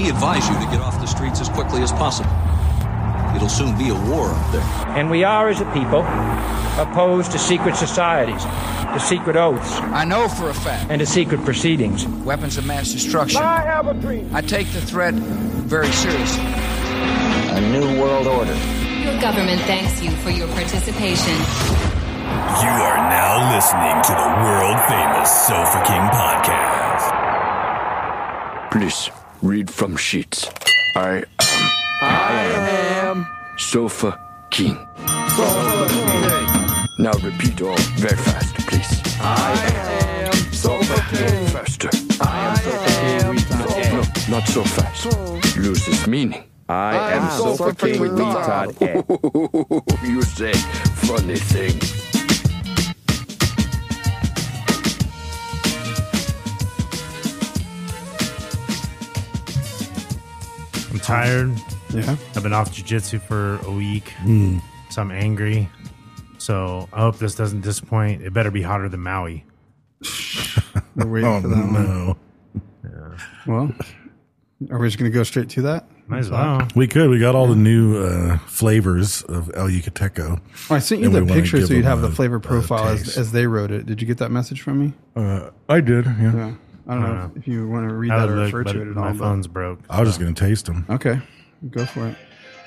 advise you to get off the streets as quickly as possible. It'll soon be a war up there. And we are, as a people, opposed to secret societies, to secret oaths, I know for a fact and to secret proceedings. weapons of mass destruction. I have a dream. I take the threat very seriously. A new world order. Your government thanks you for your participation. You are now listening to the world famous Sofa King podcast. Please read from sheets. I am. I am. Sofa King. Now repeat all very fast, please. I am. Sofa King. Faster. I am Sofa King. No, no, not so fast. Loses meaning. I am Sofa King Retard Ed. you say funny thing. I'm tired. Yeah. I've been off jujitsu for a week, Hmm. so I'm angry. So I hope this doesn't disappoint. It better be hotter than Maui. We're waiting Oh for that one. no, Well, are we just going to go straight to that? Might as well. we could. We got all the new uh, flavors of El Yucateco. Oh, I sent you And we the wanna picture give so you'd them have the a- flavor a profile as, taste. as they wrote it. Did you get that message from me? Uh, I did. Yeah. Yeah. I don't Uh, know if, if you want to read I that would or look, refer but to it at my all. but- phone's broke. I was just gonna taste them. Okay, go for it.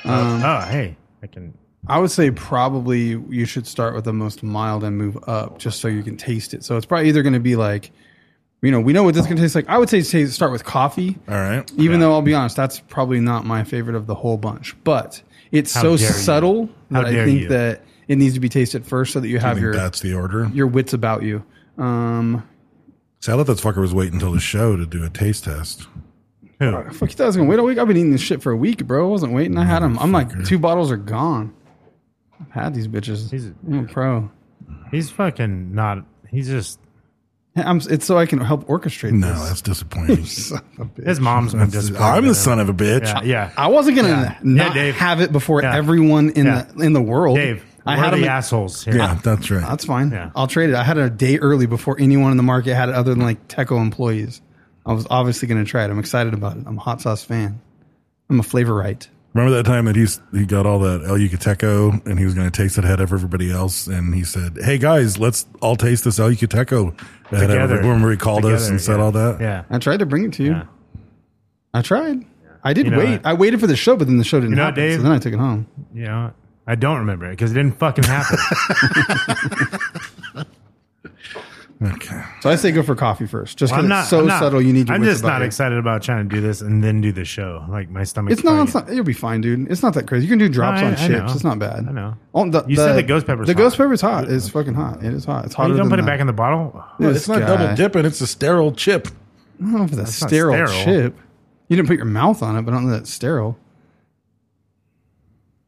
oh, hey, I can. I would say probably you should start with the most mild and move up just so you can taste it. So it's probably either going to be like, you know, we know what this can taste like. I would say say start with coffee. All right. Even though I'll be honest, that's probably not my favorite of the whole bunch. But it's How so dare you. subtle How that I dare think you. that it needs to be tasted first so that you I have think your that's the order. your wits about you. Um, See, I thought that fucker was waiting until the show to do a taste test. Who? fuck, you thought I was gonna wait a week. I've been eating this shit for a week, bro. I wasn't waiting. I had them. I'm like two bottles are gone. I've had these bitches. He's- I'm a pro. He's fucking not. He's just. I'm, it's so I can help orchestrate No, this. that's disappointing. Son of a bitch. His mom's been disappointed. I'm in him. the son of a bitch. Yeah, yeah. I wasn't gonna Yeah, not Dave. have it before Yeah. everyone in Yeah. the in the world. Dave, I we're had the them. in- assholes. Here. Yeah, that's right. that's fine. Yeah. I'll trade it. I had it a day early before anyone in the market had it, other than like Teco employees. I was obviously gonna try it. I'm excited about it. I'm a hot sauce fan. I'm a flavorite. Remember that time that he's he got all that El Yucateco and he was going to taste it ahead of everybody else, and he said, "Hey guys, let's all taste this El Yucateco." ahead of Together. everybody." Remember he called us Together, and said yeah. all that. Yeah. I tried to bring it to you. Yeah. I tried. I did You know wait. what? I waited for the show, but then the show didn't You know what, happen. Dave? So then I took it home. You know, I don't remember it because it didn't fucking happen. Okay. So I say go for coffee first, just Well, because it's so I'm not- subtle. You need. Your I'm wits just about not you. excited about trying to do this and then do the show. Like my stomach. It's not, it's not. You'll be fine, dude. It's not that crazy. You can do drops I- on I chips. know. It's not bad. I know. Oh, the, You said the ghost pepper's The hot. ghost pepper's hot. It's fucking hot. It is hot. It's hotter. You don't than put it the- back in the bottle. This It's not guy. double dipping; it's a sterile chip. I don't know if that's not sterile, sterile. chip. You didn't put your mouth on it, but I don't know that's sterile.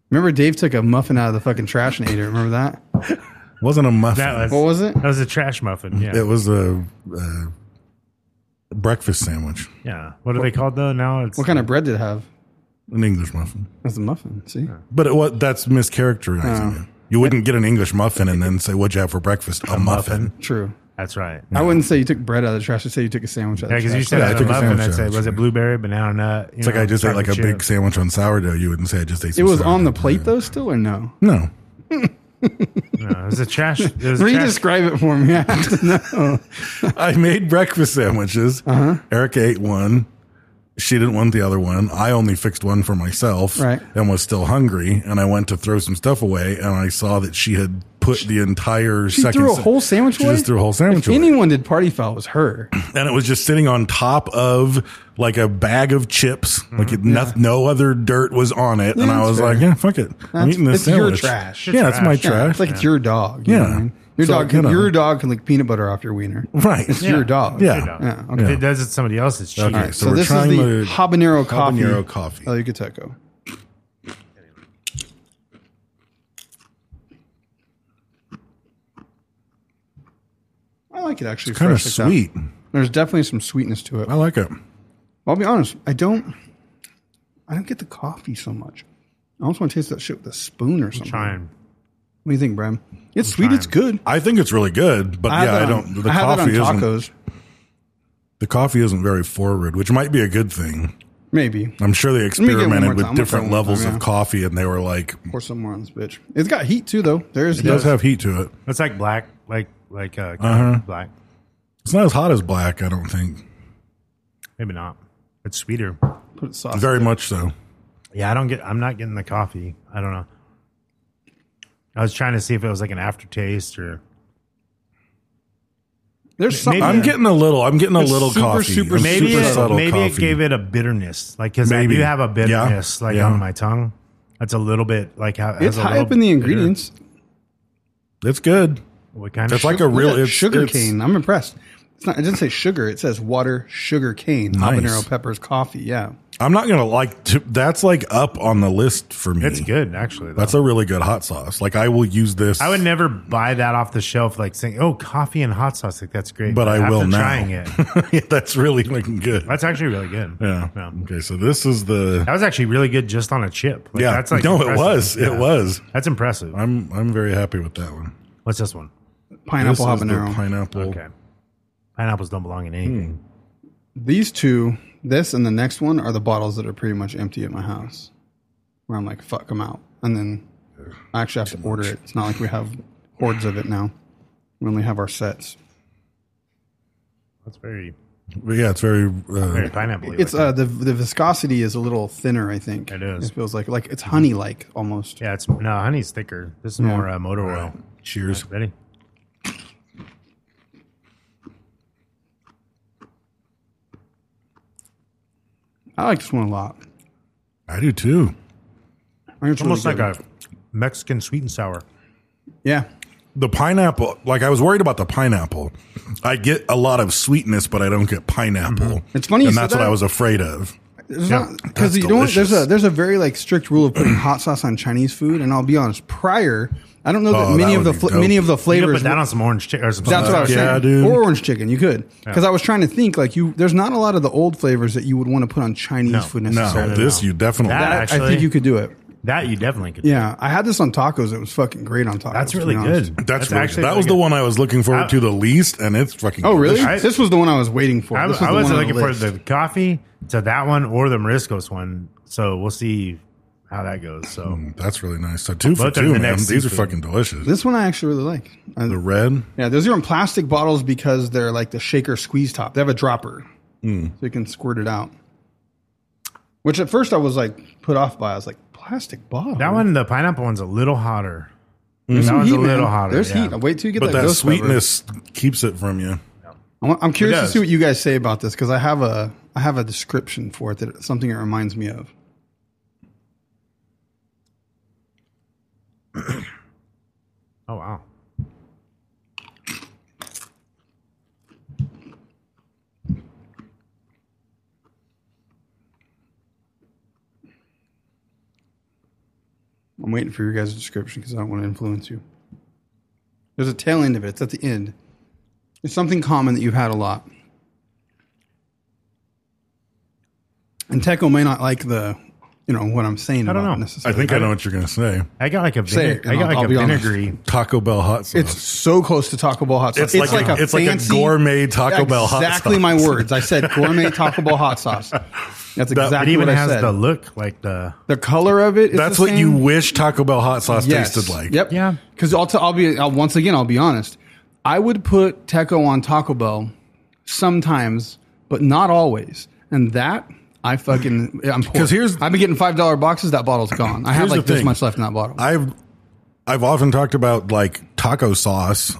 Remember, Dave took a muffin out of the fucking trash and ate it. Remember that? Wasn't a muffin. That was, What was it? That was a trash muffin. Yeah, It was a, uh breakfast sandwich, yeah. What are they called though? Now it's What kind of bread did it have? an English muffin. That's a muffin. See, But it, what? That's mischaracterizing it. You wouldn't get an English muffin and then say, "What'd you have for breakfast?" A, muffin. true. That's right. I wouldn't say you took bread out of the trash. I'd say you took a sandwich out Yeah, of the because you said trash. Yeah, I it was a took a muffin. I sandwich said out. was it blueberry, banana nut? It's like I just ate like a big sandwich. sandwich on sourdough. You wouldn't say I just ate. it some was on the sourdough. plate, though, still, or no? No, No, it was a trash. It was a trash Redescribe it for me. I have to know. I made breakfast sandwiches. Uh-huh. Erica ate one. She didn't want the other one. I only fixed one for myself Right. and was still hungry. And I went to throw some stuff away and I saw that she had put the entire She second threw a sa- whole sandwich She away. just threw a whole sandwich If away. anyone did party foul, it was her. and it was just sitting on top of like a bag of chips. Mm-hmm. Like it, no, no other dirt was on it. and I that's was fair. like, yeah, fuck it. I'm That's- eating this it's your sandwich. trash. Yeah, it's my It's Yeah, trash. It's like it's your dog. you know Yeah. what I mean? Your So, dog you can know. your dog can lick peanut butter off your wiener. right. It's your dog. Yeah. dog. Yeah. Okay. If it does it to somebody else, it's cheating. Okay, Alright, so so, we're this is trying the the habanero coffee. habanero coffee. El Yucateco. I like it actually. Kind of fresh like that. sweet. There's definitely some sweetness to it. I like it. I'll be honest. I don't. I don't get the coffee so much. I almost want to taste that shit with a spoon or something. Trying. What do you think, Bram? It's sweet. It's good. I think it's really good, but yeah, I had that on- don't. The I had that coffee on isn't. tacos. The coffee isn't very forward, which might be a good thing. Maybe. I'm sure they me get one more experimented time. with different I'm gonna try one more levels time, of yeah. coffee, and they were like, Pour some more on this bitch. It's got heat too, though. There's it does have heat to it. That's like black, like like uh, Uh-huh. black. It's not as hot as black, I don't think. Maybe not. It's sweeter. put sauce. Very much so. Yeah, I don't get. I'm not getting the coffee. I don't know. I was trying to see if it was like an aftertaste or There's something. maybe- I'm Yeah. getting a little. I'm getting a It's little super, coffee. super, I'm maybe super it, subtle maybe it coffee. gave it a bitterness. Like because I Maybe. do have a bitterness Yeah. like Yeah. on my tongue. That's a little bit like how It's high up in the ingredients. It's good. What kind It's of like a Look real at it's, sugar it's- cane. I'm impressed. It's not, it doesn't say sugar. It says water, sugar cane, Nice. habanero peppers, coffee. Yeah. I'm not gonna like. To, that's like up on the list for me. It's good actually. Though. That's a really good hot sauce. Like I will use this. I would never buy that off the shelf. Like saying, "Oh, coffee and hot sauce." Like that's great. but I will after now. Trying it. Yeah, that's really looking good. That's actually really good. yeah. Okay, so this is the. That was actually really good just on a chip. Like, yeah, That's like no, impressive. it was. Yeah. It was. That's impressive. I'm I'm very happy with that one. What's this one? Pineapple This is the habanero. Pineapple. Okay. Pineapples don't belong in anything. Hmm. These two, this and the next one, are the bottles that are pretty much empty at my house. Where I'm like, fuck, I'm out. And then I actually have to order it. It's not like we have hordes of it now. We only have our sets. That's very But yeah, it's very. very Uh, pineapple. It's uh the the viscosity is a little thinner, I think. It is. It feels like like it's honey like almost. yeah, it's no honey's thicker. This is Yeah. more uh, motor oil. cheers. Ready? I like this one a lot. I do too. I think it's It's almost really like good. a Mexican sweet and sour. yeah. The pineapple. Like I was worried about the pineapple. I get a lot of sweetness, but I don't get pineapple. Mm-hmm. It's funny you and said that's what that. I was afraid of. Yeah, because that's you know what? there's a delicious. there's a very like strict rule of putting hot sauce on Chinese food, and I'll be honest. Prior, I don't know that Oh, many that of would the be fla- dope. many of the You flavors. could put that on some orange chicken or some. that's what I was Yeah, saying. dude. Or orange chicken, you could. Because I was trying to think like you. There's not a lot of the old flavors that you would want to put on Chinese No. food No. No, necessarily. Oh, this you definitely. That I, I actually- think you could do it. That you definitely could. Yeah, I had this on tacos. It was fucking great on tacos. That's to be really honest. good. That's, really- that really was the good. Uh, one I was looking forward to the least, and it's fucking. Oh, really? I- this was the one I was waiting for. I, This was I the wasn't one on looking for list. the coffee to that one or the Mariscos one. So we'll see how that goes. So Mm, That's really nice. So two for Both are two, the man. next These are seafood. fucking delicious. This one I actually really like. I- The red. Yeah, those are in plastic bottles because they're like the shaker squeeze top. They have a dropper, Hmm. so you can squirt it out. Which at first I was like put off by. I was like, plastic bottle. that one, the pineapple one's a little hotter. There's That some one's heat, a little man. hotter. There's yeah. heat. Wait till you get But that, that ghost pepper. sweetness keeps it from you. I wa- I'm curious to does. see what you guys say about this because I have a I have a description for it that it's something it reminds me of. Oh wow. I'm waiting for your guys' description because I don't want to influence you. There's a tail end of it. It's at the end. It's something common that you've had a lot. And Teco may not like the, you know, what I'm saying. I don't know. about I necessarily. think I know what you're gonna say. I got like a Say vine- I it, and got I'll- like I'll a be honest. vinegary. Taco Bell hot sauce. It's so close to Taco Bell hot sauce. It's like a- it's like a gourmet Taco Bell hot Exactly sauce. my words. I said gourmet Taco Bell hot sauce. That's It exactly even what I has said. the The, look like the color of it. Is That's the what you same. wish Taco Bell hot sauce Yes. tasted like. Yep. Yeah. Because I'll, t- I'll be I'll, once again I'll be honest. I would put Teco on Taco Bell sometimes, but not always. And that I fucking I'm poor. 'Cause here's- I've been getting five dollar boxes. That bottle's gone. I have Here's like the this thing. much left in that bottle. I've I've often talked about like taco sauce,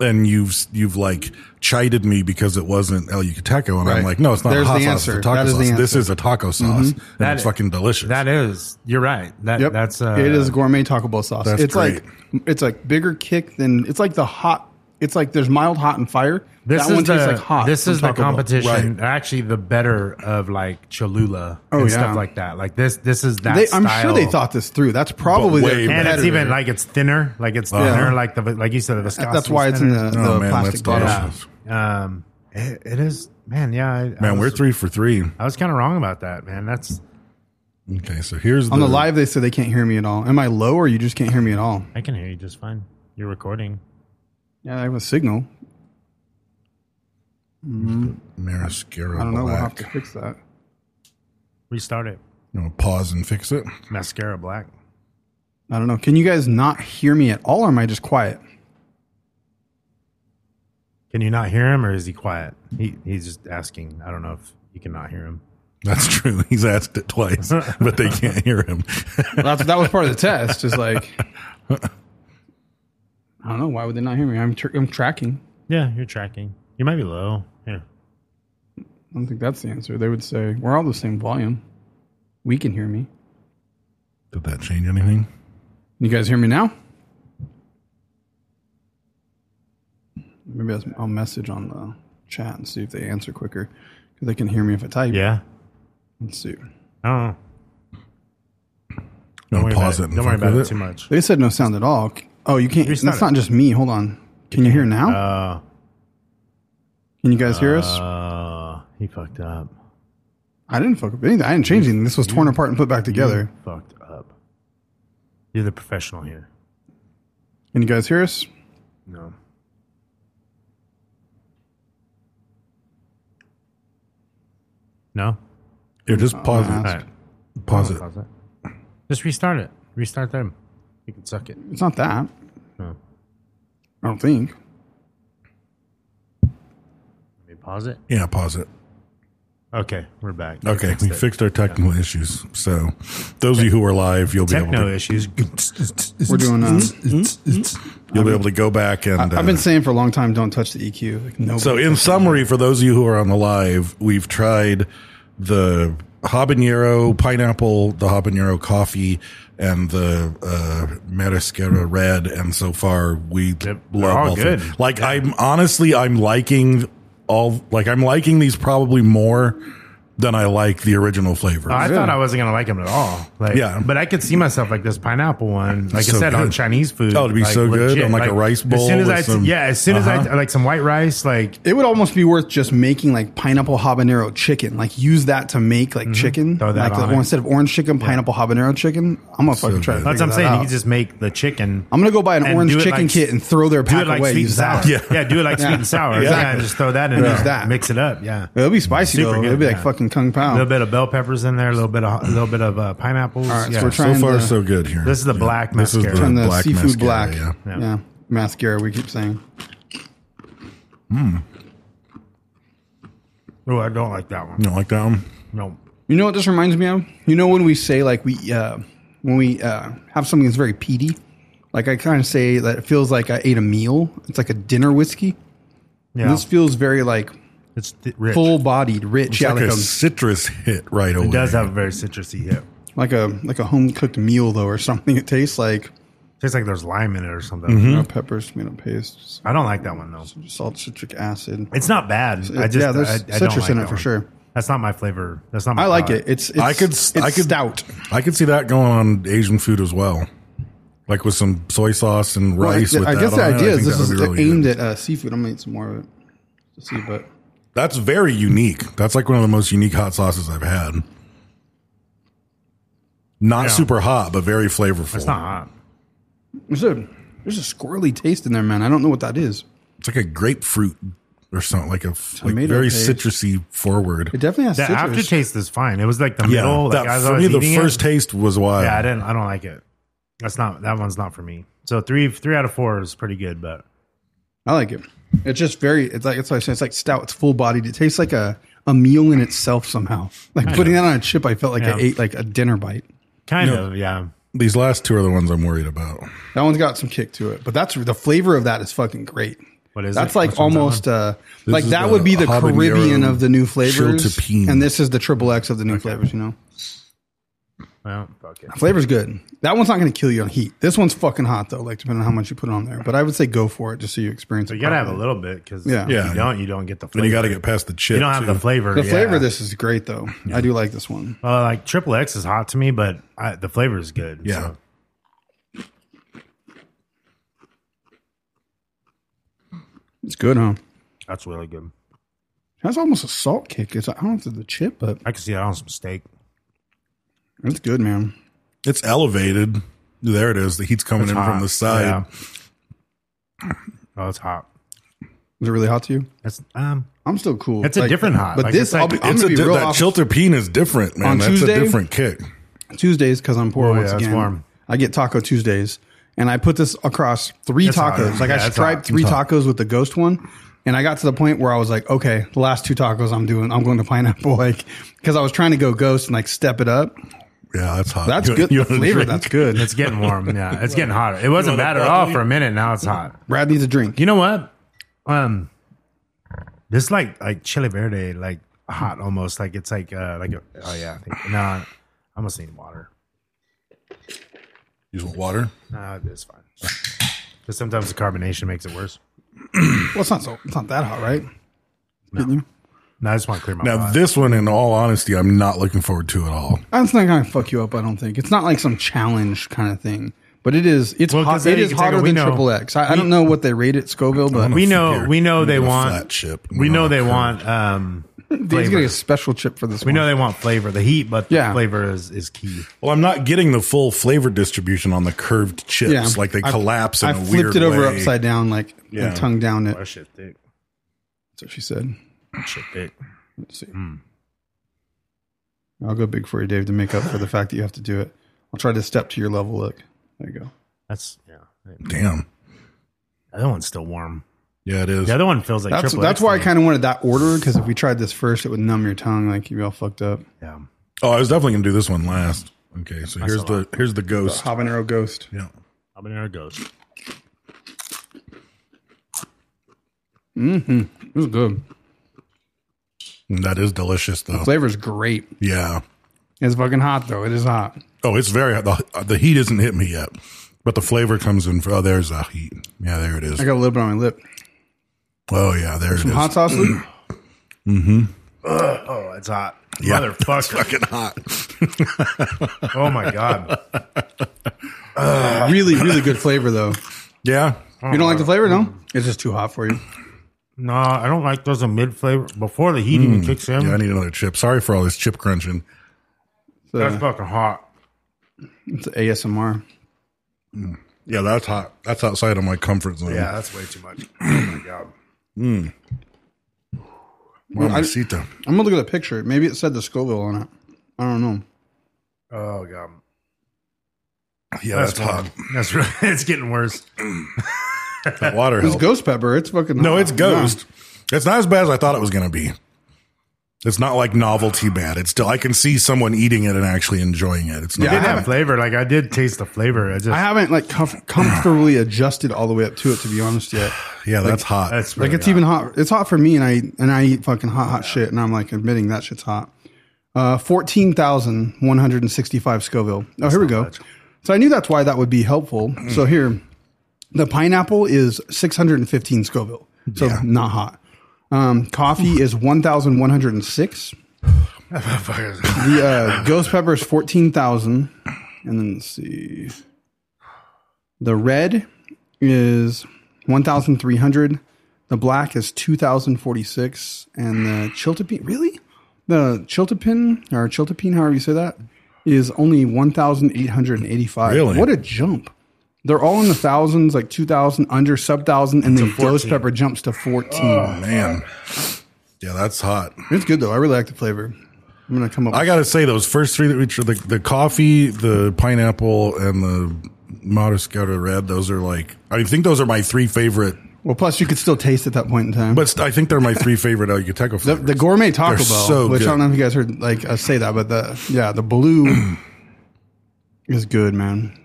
and you've you've like chided me because it wasn't El Yucateco, and I'm Right. like, no, it's not There's a hot the sauce. answer. It's a taco That is sauce. the This answer. Mm-hmm. is a taco sauce, and That- it's fucking delicious. That is. You're right. That yep. that's uh, it is gourmet Taco Bell sauce. That's it's great. like it's like bigger kick than it's like the hot. It's like there's mild, hot, and fire. This that is one the, tastes like hot. This from is the Taco Bell. competition. Actually, the better of like Cholula Oh, and yeah. stuff like that. Like this. This is that. They, I'm sure they style. thought this through. That's probably But their way better. and it's competitor. even like it's thinner. Like it's Yeah. thinner. Like the like you said, the viscosity. that's why it's in the, the Oh, man, that's plastic bottle. delicious. Um, it, it is. Man, yeah. I, I Man, was, we're three for three. I was kind of wrong about that, man. That's Okay, so here's On the live, they said they can't hear me at all. Am I low or you just can't hear me at all? I can hear you just fine. You're recording. Yeah, I have a signal. Mariscara I don't know. We'll have Black. to fix that. Restart it. You know, pause and fix it. Mascara black. I don't know. Can you guys not hear me at all, or am I just quiet? Can you not hear him, or is he quiet? He he's just asking. I don't know if you can not hear him. That's true. He's asked it twice, but they can't hear him. That's, that was part of the test. Is like, I don't know. Why would they not hear me? I'm tr- I'm tracking. Yeah, you're tracking. You might be low. Yeah. I don't think that's the answer. They would say we're all the same volume. We can hear me. Did that change anything? You guys hear me now? Maybe I'll- I'll message on the chat and see if they answer quicker because they can hear me if I type. Yeah. Let's see. I don't know. No, Don't worry pause it. about it. and Don't worry fuck about it with too much. They said no sound at all. C- Oh, you can't. Restart that's it. not just me. Hold on. Can you hear now? Uh, Can you guys hear us? uh, he fucked up. I didn't fuck up anything. I didn't change anything. This was torn apart and put back together. You fucked up. You're the professional here. Can you guys hear us? No. No. Here, just pause Nah, it. All it's- right. Pause it. Oh, Pause it. Just restart it. Restart them. You can suck it. It's not that. No. I don't think. Let me pause it. Yeah, pause it. Okay, we're back. We Okay, we it. fixed our technical issues. So, those of you who are live, you'll be able techno to issues. We're doing. Uh, you'll be able to go back and. I- I've uh, been saying for a long time, don't touch the EQ. Like nobody. So, in summary, for those of you who are on the live, we've tried the habanero pineapple, the habanero coffee, and the uh, Mariscara red, and so far we They're- they're love all all three. good. Like, I'm honestly, I'm liking all. Like, I'm liking these probably more than I like the original flavor. I thought I wasn't gonna like them at all. Like, Yeah. but I could see myself like this pineapple one. Like So I said, on good. Chinese food. Oh, it'd be like, so good on, like, a rice bowl As soon as with I, some- yeah, as soon as I Uh-huh. like some white rice, like It would almost be worth just making like pineapple habanero chicken. Like use that to make like chicken. Mm-hmm. Throw that like on the- it. instead of orange chicken, pineapple habanero chicken. I'm gonna fucking try. To good. that's figure what I'm that saying. You out. can just make the chicken. I'm gonna go buy an and orange do it chicken like- kit and throw their do pack it like away. sweet and use sour. that. Yeah. do it like sweet and sour. Yeah, Exactly. just throw that in Use there. that. Mix it up. Yeah, It'll be spicy Super though. good, It'll be like yeah. fucking kung a pao. little bit of bell peppers in there, a little bit of a little bit of uh, pineapples. All right, so yeah. we're so trying far, the- so good here. This is the black This is mascara. the and the black mascara, seafood black. yeah. Yeah. Yeah. mascara. We keep saying. oh, I don't like that one. You don't like um, that one? No, You know what this reminds me of? You know when we say like we uh, when we uh, have something that's very peaty, like I kind of say that it feels like I ate a meal. It's like a dinner whiskey. yeah, This feels very like it's th- rich. full bodied, rich, It's yeah, like like, a a, citrus hit right away. It does have a very citrusy hit. like a like a home cooked meal though, or something. It tastes like Tastes like there's lime in it or something. you know, Hmm? peppers, tomato paste, I don't like that one though. salt, citric acid. It's not bad. I just yeah, there's I, I don't citrus like in it that for one. sure. That's not my flavor. That's not. My I like palate. it. It's, it's I could it's I could stout. I could see that going on Asian food as well, like with some soy sauce and Well, I, rice. with I that guess the on it. idea I is think this that is would be really aimed good. at uh, seafood. I'm gonna eat some more of it to see, but That's very unique. That's like one of the most unique hot sauces I've had. Not Yeah. super hot, but very flavorful. It's not hot. there's a there's a squirrely taste in there, man. I don't know what that is. It's like a grapefruit or something, like a f- like Tomato very paste. citrusy It forward. definitely has The citrus. aftertaste is fine. It was like the Yeah, middle. Like, that, as I for was me, the eating it- first taste was wild. Yeah, I didn't. I don't like it. That's not. That one's not for me. So three, three out of four is pretty good, but I like it. It's just very. It's like it's like it's like stout. It's full bodied. It tastes like a a meal in itself somehow. Like putting that on a chip, I felt like I Yeah. ate like a dinner bite. kind of. Yeah. These last two are the ones I'm worried about. That one's got some kick to it, but that's the flavor of that is fucking great. What is that's it? like Which one's that almost uh, This like is that the would be the habanero Caribbean of the new flavors, chiltepin. and this is the triple X of the new flavors. You know, Well, fuck it. flavor's good. That one's not going to kill you on heat. This one's fucking hot though. Like depending on how much you put on there, but I would say go for it just so you experience So it. you gotta have a properly. little bit because Uh, Yeah. if you Yeah. don't, you don't get the. flavor. Then you got to get past the chip. You don't have too. the flavor. The yeah. flavor of this is great though. I do like this one. Well, like triple X is hot to me, but I, the flavor is good. Yeah. so. It's good, huh? that's really good. That's almost a salt kick. It's I don't know if it's the chip, but I can see that on some steak. it's good, man. It's elevated. There it is. The heat's coming It's in hot. from the side. Yeah. Oh, it's hot. Is it really hot to you? That's um. I'm still cool. That's a different hot. But Like, this, it's like- I'll be, I'm it's a gonna di- be real. that off chilterpine is different, man. On That's Tuesday? a different kick. Tuesdays because I'm poor Oh, yeah, once it's again. warm. I get Taco Tuesdays, and I put this across three That's hot. tacos. Like Yeah, I that's striped hot. three tacos with the ghost one, and I got to the point where I was like, okay, the last two tacos I'm doing, I'm going to pineapple, like because I was trying to go ghost and like step it up. Yeah, that's hot. That's You- good you the wanna flavor. drink? That's good. It's getting warm. Yeah, it's getting hotter. It wasn't bad at all for a minute. Now it's hot. Brad needs a drink. You know what? Um, this like like chili verde, like hot almost. Like it's like uh like a, oh yeah. I think, no, I almost need water. You want water? No, it's fine. Because sometimes the carbonation makes it worse. Well, it's not so. It's not that hot, right? No, I just want to clear my. Now, palate. this one, in all honesty, I'm not looking forward to at all. That's not gonna fuck you up. I don't think it's not like some challenge kind of thing. But it is. It's Well, 'cause hot. they It didn't is take it. hotter We than know. triple X. I, I We- don't know what they rate at Scoville, but we he's know we know they Figure. want Fat chip. We know they Fat. want um. gonna get a Flavor. special chip for this. We one. know they want flavor, the heat, but the Yeah. flavor is, is key. Well, I'm not getting the full flavor distribution on the curved chips. Like they I- collapse in I a flipped weird it over way. upside down, like and Yeah. tongue down it. That shit thick. That's what she said. That shit thick. Let's see. I'll go big for you, Dave, to make up for the fact that you have to do it. I'll try to step to your level. Look, there you go. That's yeah. Damn. The other one's still warm. Yeah, it is. The other one feels like That's triple. that's X why I to me. kind of wanted that order because if we tried this first, it would numb your tongue, like you'd be all fucked up. Yeah. Oh, I was definitely gonna do this one last. Okay, so here's a the here's the ghost. Habanero ghost. Yeah. Habanero ghost. It was good. And that is delicious though. Flavor's great. Yeah. It's fucking hot though. It is hot. Oh, it's very hot. The, the heat isn't hit me yet, but the flavor comes in. Oh, there's the heat. Yeah, there it is. I got a little bit on my lip. Oh, yeah, there it is. Some hot sauce. Luke? Oh, it's hot. Yeah. Motherfucker. Fucking hot. oh my god. really, really good flavor though. Yeah. You don't like the flavor? No, it's just too hot for you. No, I don't like those in mid flavor before the heat Mm. even kicks in. Yeah, I need another chip. Sorry for all this chip crunching. So, that's fucking hot. it's ASMR. Yeah, that's hot. That's outside of my comfort zone. Yeah, that's way too much. Oh my god. Mamacita. I'm gonna look at the picture. Maybe it said the Scoville on it. I don't know. Oh god. Yeah, that's, hot. warm. That's really. It's getting worse. That water It's helped. ghost pepper. It's fucking. No, it's ghost. It's not as bad as I thought it was going to be. It's not like novelty bad. It's still I can see someone eating it and actually enjoying it. It's not. Yeah, It did I have haven't- flavor. Like I did taste the flavor. I just. I haven't like comf- comfortably adjusted all the way up to it to be honest yet. Yeah, that's hot. that's Like really it's hot. even hot. It's hot for me, and I and I eat fucking hot hot shit, and I'm like admitting that shit's hot. Uh, fourteen thousand one hundred and sixty five Scoville. Oh, here we go. So I knew that's why that would be helpful. Mm. So here, the pineapple is six hundred and fifteen Scoville. So not hot. Um, coffee is one thousand one hundred and six. The uh, ghost pepper is fourteen thousand, and then let's see. The red is one thousand three hundred. The black is two thousand forty six, and the chiltepin really, the chiltepin or chiltepin, however you say that, is only one thousand eight hundred and eighty five. Really? what a jump! They're all in the thousands, like two thousand, under sub thousand, and then ghost pepper jumps to fourteen. oh, man. Yeah, that's hot. It's good though. I really like the flavor. I'm gonna come up. I gotta say those first three that we the the coffee, the pineapple, and the Modescata red. Those are like I think those are my three favorite. well, plus you could still taste at that point in time. But I think they're my three favorite El Yucateco The, flavors. the gourmet Taco They're Bell, so which I don't good. know if you guys heard like us say that, but the yeah, the blue is good, man.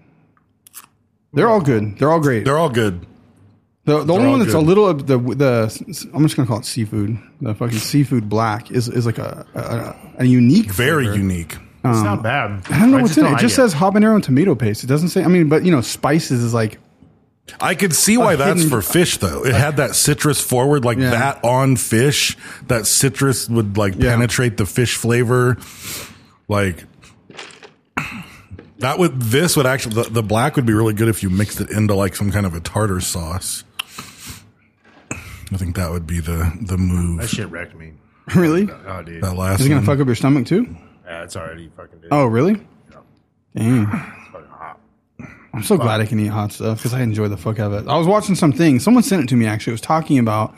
They're all good. They're all great. they're all good. the the only all one that's a good. little of the the I'm just gonna call it seafood. The fucking seafood black is is like a a, a unique. Very flavor. unique. It's not bad. I don't know what's just in it. It like just says habanero and tomato paste. It doesn't say. I mean, but you know, spices is like I could see why A that's hidden- for fish though. It had that citrus forward, like Yeah. that on fish. That citrus would like Yeah. penetrate the fish flavor. Like that would this would actually the, the black would be really good if you mixed it into like some kind of a tartar sauce. I think that would be the the move. That shit wrecked me. really. Oh dude, that last Is it gonna one. fuck up your stomach too? yeah, it's already fucking. Dude. Oh, really? Dang. it's fucking hot. I'm so glad I can eat hot stuff because I enjoy the fuck out of it. I was watching something. Someone sent it to me actually. It was talking about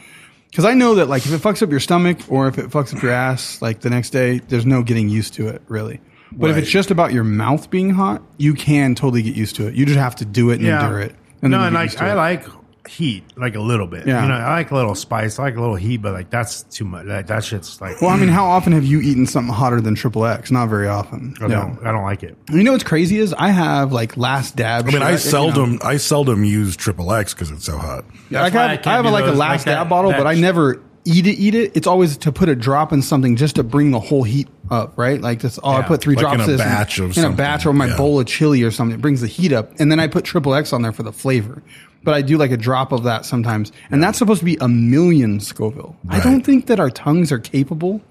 Because I know that like if it fucks up your stomach or if it fucks up your ass, like the next day, there's no getting used to it really. But if Right. it's just about your mouth being hot, you can totally get used to it. You just have to do it and endure it. then no, you and get like used to I it. like heat, like a little bit. Yeah. You know, I like a little spice, I like a little heat, but like that's too much. Like, that shit's like. Well, I mean, how often have you eaten something hotter than triple X? Not very often. I No. don't, I don't like it. You know what's crazy is I have like last dab. I mean, I seldom. seldom, I seldom use triple X because it's so hot. Like That's why I I have, can't I have do like a those, like last that- dab bottle, but that I sh- never eat it. Eat it. It's always to put a drop in something just to bring the whole heat up, right? Like this. Oh, I Yeah, put three like in drops a of this and- batch of in a something, batch or my yeah. bowl of chili or something. It brings the heat up, and then I put triple X on there for the flavor. But I do like a drop of that sometimes, and that's supposed to be a million Scoville. I Right. don't think that our tongues are capable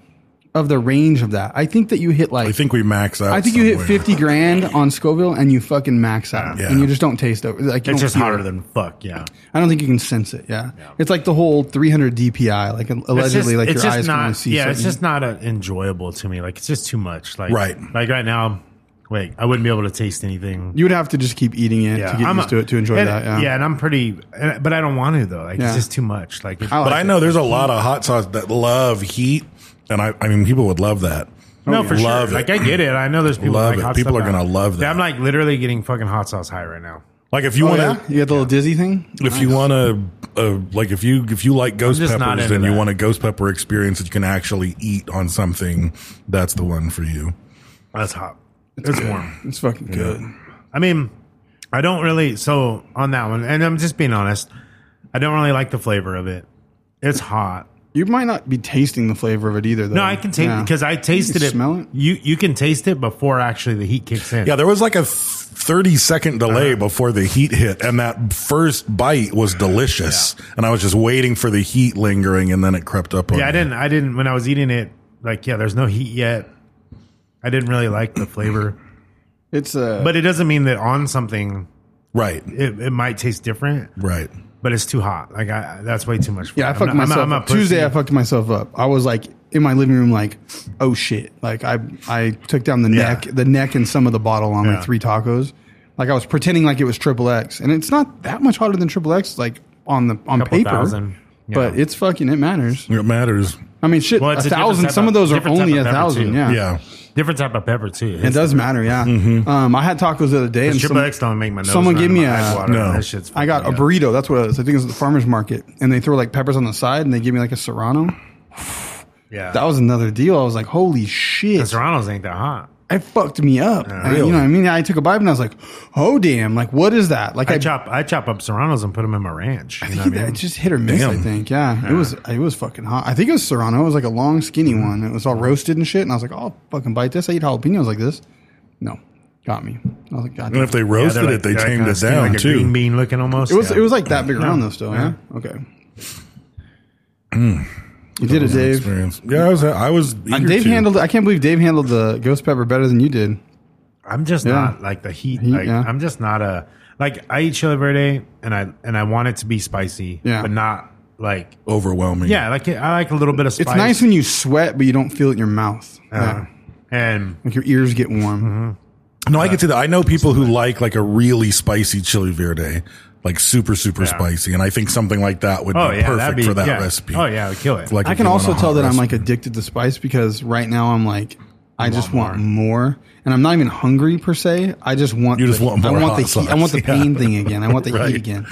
of the range of that. I think that you hit like I think we max out. I think you hit somewhere. 50 grand on Scoville and you fucking max out Yeah. and you just don't taste it. Like you It's don't just feel hotter it. than fuck. Yeah. I don't think you can sense it. Yeah. It's like the whole 300 DPI, like It's allegedly just- like your it's just eyes can not, only see. Yeah, it's certain- just not uh enjoyable to me. Like it's just too much. Like Right. Like right now, like I wouldn't be able to taste anything. you would have to just keep eating it to get I'm used a- to it to enjoy and- that. Yeah. and I'm pretty, and- but I don't want to though. Like Yeah. it's just too much. Like it- I like But I it. know there's a lot of hot sauce that love heat, and I, I mean, people would love that. no, for love sure. It. Like I get it. I know there's people Love that like it. hot People stuff are gonna now. love that. I'm like literally getting fucking hot sauce high right now. Like if you Oh, want yeah? to, You got the little dizzy thing? if you want to, uh, like if you if you like ghost just not peppers into and you that. want a ghost pepper experience that you can actually eat on something, that's the one for you. That's hot. It's, warm. It's fucking good. I mean, I don't really. So on that one, and I'm just being honest. I don't really like the flavor of it. It's hot. You might not be tasting the flavor of it either, though. No, I can taste Yeah. because I You can tasted it. Smell it? You you can taste it before actually the heat kicks in. Yeah, there was like a th- 30 second Uh-huh. delay before the heat hit, and that first bite was delicious. And I was just waiting for the heat lingering, and then it crept up on yeah. I me. didn't. I didn't when I was eating it. Like yeah, there's no heat yet. I didn't really like the flavor, It's uh, a. but it doesn't mean that on something Right, it, it might taste different. right. But it's too hot. Like I, that's way too much. For Yeah, I me. fucked I'm not- I'm myself. not- I'm a up. Tuesday, pussy. I fucked myself up. I was like in my living room, like, oh shit! Like I, I took down the Yeah. neck, the neck, and some of the bottle on Yeah. like three tacos. Like I was pretending like it was triple X, and it's not that much harder than triple X. Like on the on Couple paper, thousand, yeah. but it's fucking it matters. It matters. I mean, shit, Well, a it's a different thousand. type Some of of- those are different type only of a pepper, thousand. too. Yeah. Yeah. different type of pepper too. it does matter. Yeah, um, I had tacos the other day, and Mm-hmm. Triple some, X don't make my nose. someone run, gave me my a- eyes water. No. That shit's I got a fucking- burrito. That's what it is. I think it's at the farmer's market, and they throw like peppers on the side, and they give me like a serrano. Yeah, That was another deal. I was like, holy shit. the Serranos ain't that hot. it fucked me up. And, You know what I mean? I took a bite and I was like, oh damn, like what is that? Like I, I chop I chop up Serranos and put them in my ranch. You know what I it mean? just hit or miss, I Damn. think. Yeah, It was it was fucking hot. I think it was Serrano. It was like a long skinny one. It was all roasted and shit. And I was like, I'll fucking bite this. I eat jalapenos like this. No. Got me. I was like, God And damn. if they Yeah, roasted they're like- it, they they're like tamed kinda it skin- down like a green too. bean looking almost. it was Yeah. it was like that big Yeah. around though still, yeah. Okay. You did it, Dave. Experience. Yeah, I was. I was. Uh, eager Dave to. handled I can't believe Dave handled the ghost pepper better than you did. I'm just Yeah. not like the heat. Heat, like, yeah. I'm just not a like I eat chili verde and I and I want it to be spicy, Yeah. but not like overwhelming. yeah, like I like a little bit of spice. It's nice when you sweat, but you don't feel it in your mouth. Uh, and Like your ears get warm. No, I can see that. I know people who like like a really spicy chili verde, like super super Yeah. spicy, and I think something like that would oh be yeah, that'd perfect be, for that yeah. recipe. Oh yeah, it would kill it. Like I if can you want also a tell hot that I'm like recipe. addicted to spice because right now I'm like, I just want more, and I'm not even hungry per se. I just want You just the, want I more want the hot heat. I sauce, want the yeah. pain thing again. I want the Right. heat again.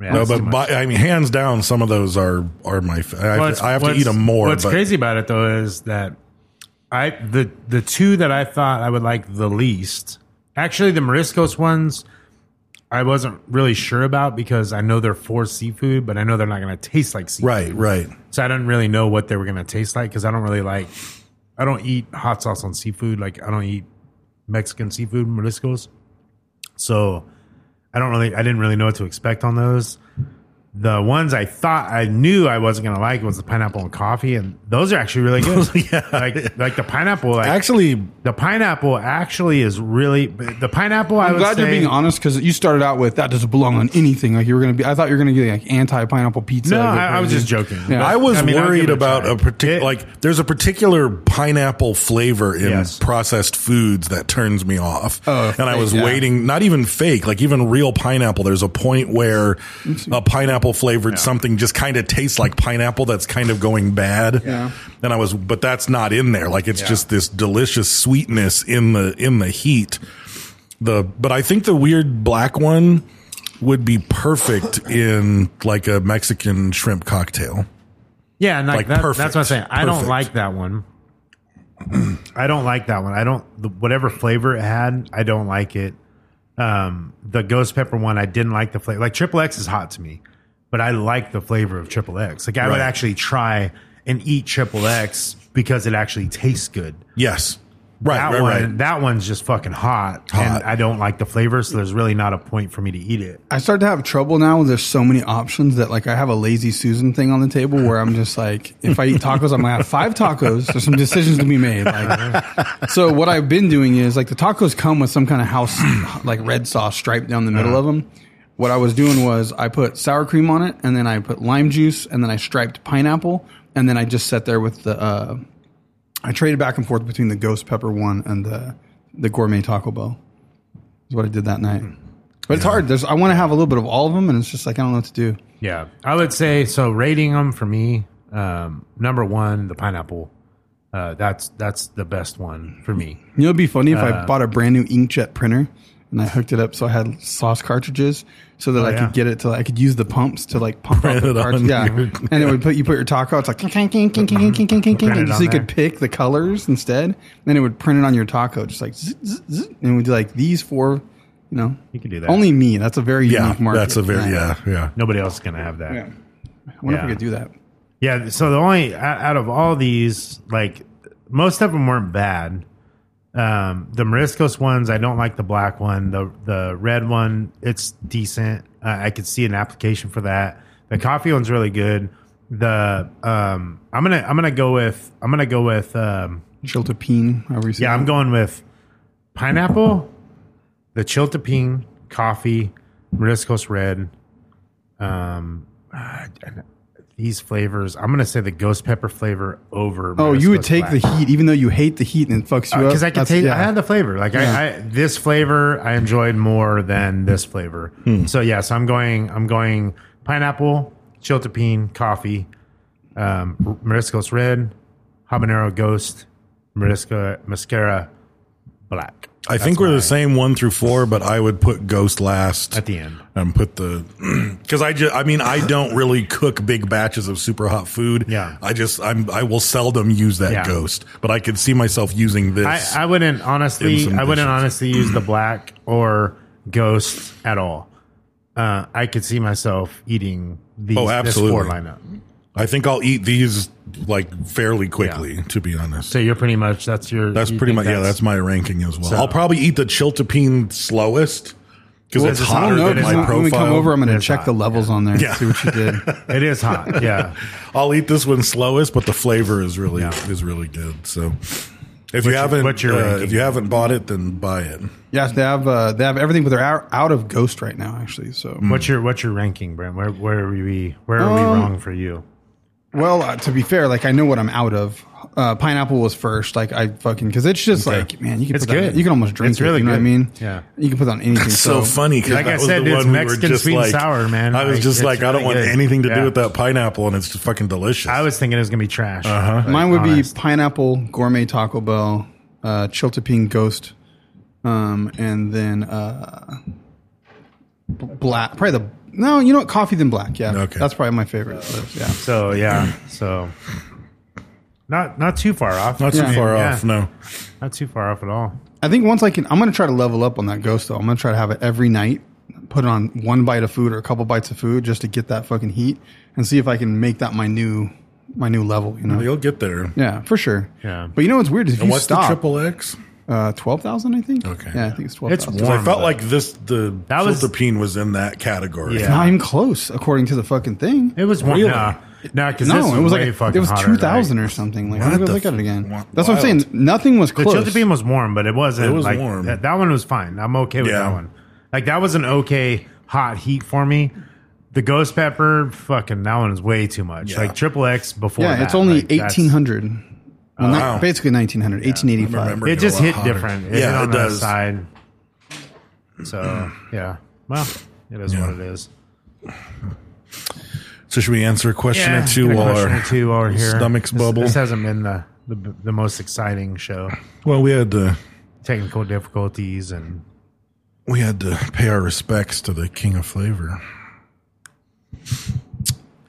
Yeah, No, it's too but much. by, I mean, hands down, some of those are are my. F- I have, What's- to, I have to what's- eat them more. What's but crazy about it though is that I the the two that I thought I would like the least, actually the Moriscos ones, I wasn't really sure about because I know they're for seafood, but I know they're not going to taste like seafood. Right, right. So I didn't really know what they were going to taste like because I don't really like, I don't eat hot sauce on seafood. Like I don't eat Mexican seafood moriscos. So I don't really, I didn't really know what to expect on those. The ones I thought I knew I wasn't going to like was the pineapple and coffee, and those are actually really good. Yeah. Like like the pineapple. Like, Actually, the pineapple actually is really the pineapple. I I'm would glad you're say- being honest because you started out with that doesn't belong on anything. Like you were gonna be. I thought you were gonna get like anti pineapple pizza. No, Go I, I was crazy. just joking. Yeah. I was I mean, I'll worried give it a about try. a It- particular like. There's a particular pineapple flavor in Yes. processed foods that turns me off, Oh, and I was yeah. waiting. Not even fake, like even real pineapple. There's a point where a pineapple flavored something just kind of tastes like pineapple that's kind of going bad. Yeah. And I was, but that's not in there. Like it's just this delicious sweetness in the in the heat. The but I think the weird black one would be perfect in like a Mexican shrimp cocktail. Yeah, and like, Like, that, perfect. that's what I'm saying. I don't Perfect. like that one. I don't like that one. I don't the, whatever flavor it had. I don't like it. Um, the ghost pepper one, I didn't like the flavor. Like triple X is hot to me, but I like the flavor of triple X. Like I Right. would actually try and eat triple X because it actually tastes good. Yes. Right, that right, one, right. that one's just fucking hot, Hot. and I don't like the flavor. So there's really not a point for me to eat it. I start to have trouble now. There's so many options that like I have a lazy Susan thing on the table where I'm just like, if I eat tacos, I'm gonna have five tacos. There's some decisions to be made. Like, so what I've been doing is like the tacos come with some kind of house like red sauce stripe down the middle of them. What I was doing was I put sour cream on it, and then I put lime juice, and then I striped pineapple, and then I just sat there with the. Uh, I traded back and forth between the ghost pepper one and the the gourmet Taco Bell. Is what I did that night. But it's hard. There's I want to have a little bit of all of them, and it's just like I don't know what to do. Yeah, I would say so. Rating them for me, um, number one, the pineapple. Uh, that's that's the best one for me. You know, it'd be funny if Uh. I bought a brand new inkjet printer and I hooked it up so I had sauce cartridges so that I Oh, yeah. could get it to I could use the pumps to like pump out Print the it on cartridge. Yeah, your- and it would put you put your taco. It's like king, king, king, king, king, king, king, king, king, Print it so on you could there. pick the colors instead. Then it would print it on your taco, just like zzz, zzz, zzz, and we'd do like these four. You know, You could do that. Only me. That's a very Yeah. unique market. That's a very yeah, yeah. Nobody else is gonna have that. Yeah. I wonder if Yeah. we could do that. Yeah. So the only o- out of all these, like most of them weren't bad. Um, the Moriscos ones, I don't like the black one. The the red one, it's decent. Uh, I could see an application for that. The coffee one's really good. The um, I'm gonna I'm gonna go with I'm gonna go with um, Chiltepin, however you say yeah. I'm that. going with pineapple, the chiltepine, coffee, Moriscos red. Um, ah, these flavors. I'm gonna say the ghost pepper flavor over. Oh, you would Moriscos take the black. heat, even though you hate the heat and it fucks you up. because Uh, I could That's- taste. yeah. I had the flavor. Like Yeah. I, I, this flavor I enjoyed more than this flavor. Hmm. So yes, I'm going. I'm going pineapple, chiltepine, coffee, um, Mariscos red, habanero ghost, Marisco mascara, black. I think we're the same one through four, but I would put Ghost last At the end. and put the because I just I mean I don't really cook big batches of super hot food. Yeah. I just I'm I will seldom use that Yeah. Ghost, but I could see myself using this. I, I wouldn't In honestly. some I wouldn't dishes. honestly use the black or ghost at all. Uh, I could see myself eating these, Oh, this four absolutely. lineup. I think I'll eat these like fairly quickly. To be honest, So you're pretty much that's your. that's you pretty think much yeah. That's my ranking as well. So- I'll probably eat the chiltepine slowest because it's it's- I hotter don't know, than it's my when, profile. when we come over, I'm going to It's check hot. the levels on there. and Yeah. See what you did. It is hot. Yeah. I'll eat this one slowest, but the flavor is really is really good. So if you haven't what's your uh, ranking? if you haven't bought it, then buy it. yeah, they have uh, they have everything, but they're out, out of Ghost right now. Actually, so Mm. What's your what's your ranking, Brent? Where where are we where are we Um, wrong for you? well, uh, to be fair, like I know what I'm out of. Uh, pineapple was first. Like I fucking because it's just Okay. like man, you can It's put that- good. you can almost drink It's it. really you know what I good. mean? Yeah. you can put it on anything. So, funny because Like I that was said, the dude, one it's we were Mexican just sweet and like, sour, man. I was Like, just it's like, I don't really want good. anything to do Yeah. with that pineapple, and it's just fucking delicious. I was thinking it was gonna be trash. Uh-huh. Oh, Like, Mine would honest. be pineapple gourmet Taco Bell, uh, chiltepine ghost, um, and then uh, b- black. Probably the no, you know what? Coffee then black. Yeah, Okay. that's probably my favorite. So, yeah, so yeah. So not not too far off. not too Yeah. far Yeah. off. No, Not too far off at all. I think once I can, I'm gonna try to level up on that ghost though. I'm gonna try to have it every night. Put it on one bite of food or a couple bites of food just to get that fucking heat and see if I can make that my new my new level. You know. you'll get there. yeah, for sure. Yeah. but you know what's weird is if And you what's stop the triple X? uh, twelve thousand, I think. Okay. yeah, I think it's twelve. It's Because I Warm, felt but- like this the That was- chiltepine was, in that category. Yeah. Not even close, according to the fucking thing. It was one Really? nah. Nah, because no, it was like fucking it was hotter, two thousand Like, or something. Like What I'm gonna the look at f- it again. wild. That's what I'm saying. Nothing was the close. chiltepine was warm, but it wasn't. It was like, warm. That, that one was fine. I'm okay with Yeah. that one. Like that was an okay hot heat for me. The ghost pepper, fucking that one is way too much. Yeah. Like triple X before. yeah, that, it's only like, that's- eighteen hundred. Well, not- Wow. basically 1900, I 1885. remember it a just lot hit hotter. different. It hit yeah, on it the does. Mm. Side. So yeah, well, it is Yeah. what it is. So should we answer a question or two Got a while question our or two while we're here. stomachs This- bubble? This hasn't been the, the the most exciting show. well, we had to Technical difficulties and we had to pay our respects to the king of flavor.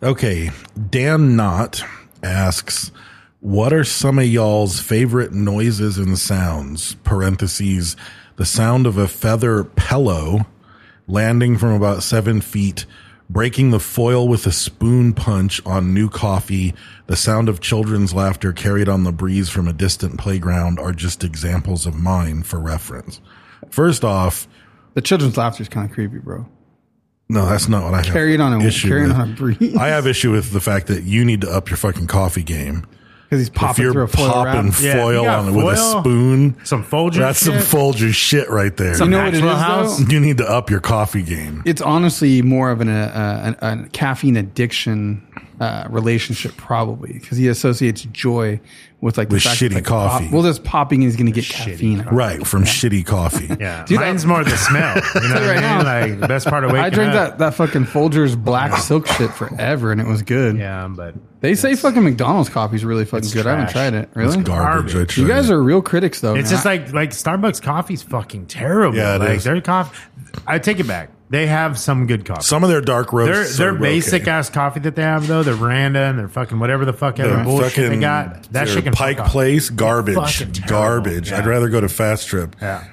Okay, Dan Knott asks, "What are some of y'all's favorite noises and sounds?" Parentheses, the sound of a feather pillow landing from about seven feet, breaking the foil with a spoon punch on new coffee, the sound of children's laughter carried on the breeze from a distant playground are just examples of mine for reference. First off, The children's laughter is kind of creepy, bro. no, that's not what I have Carried on a- issue carried with. on a breeze. I have issue with the fact that you need to up your fucking coffee game. Because he's If popping you're through a foil popping wrap. Yeah, you foil got on it with a foil, spoon, some Folgers That's some shit. Folgers shit right there. You know what it Maxwell is, House? though? you need to up your coffee game. It's honestly more of an, uh, uh, an, a caffeine addiction uh, relationship, probably, because he associates joy with like the With fact shitty that, like, coffee. Pop, well, there's popping, and he's going to get caffeine. Right, from shitty coffee. yeah, Dude, mine's I- more the smell. You know what right now, I mean? Like the best part of waking I drank up. that, that fucking Folgers black silk shit forever, and it was good. Yeah, but They say fucking McDonald's coffee is really fucking It's good. I haven't trash. tried it. It's Really? garbage. I Garbage. You tried guys it. are real critics, though. It's man. just like like Starbucks coffee's fucking terrible. Yeah, it like is. their coffee. I take it back. They have some good coffee. some of their dark their roasts. their are basic okay. ass coffee that they have though, their Randa and their fucking whatever the fuck Their ever bullshit fucking- they got. That their shit can Pike fuck off. Place garbage, Fucking terrible. garbage. I'd Yeah. rather go to Fast Trip. Yeah.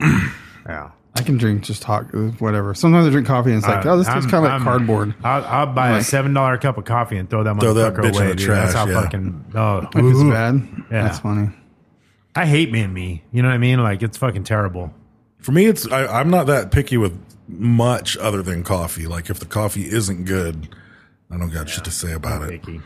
yeah. I can drink just hot, whatever. Sometimes I drink coffee and it's like, oh, this tastes I'm- kind of like I'm- cardboard. I'll, I'll buy a Like- seven dollar cup of coffee and throw that Throw that motherfucker bitch in away. the dude. trash, That's how yeah. fucking. Oh, Like it's ooh. bad. Yeah. That's funny. I hate being me. You know what I mean? Like it's fucking terrible. For me, it's I, I'm not that picky with much other than coffee. Like if the coffee isn't good, I don't got shit to say about it. Icky.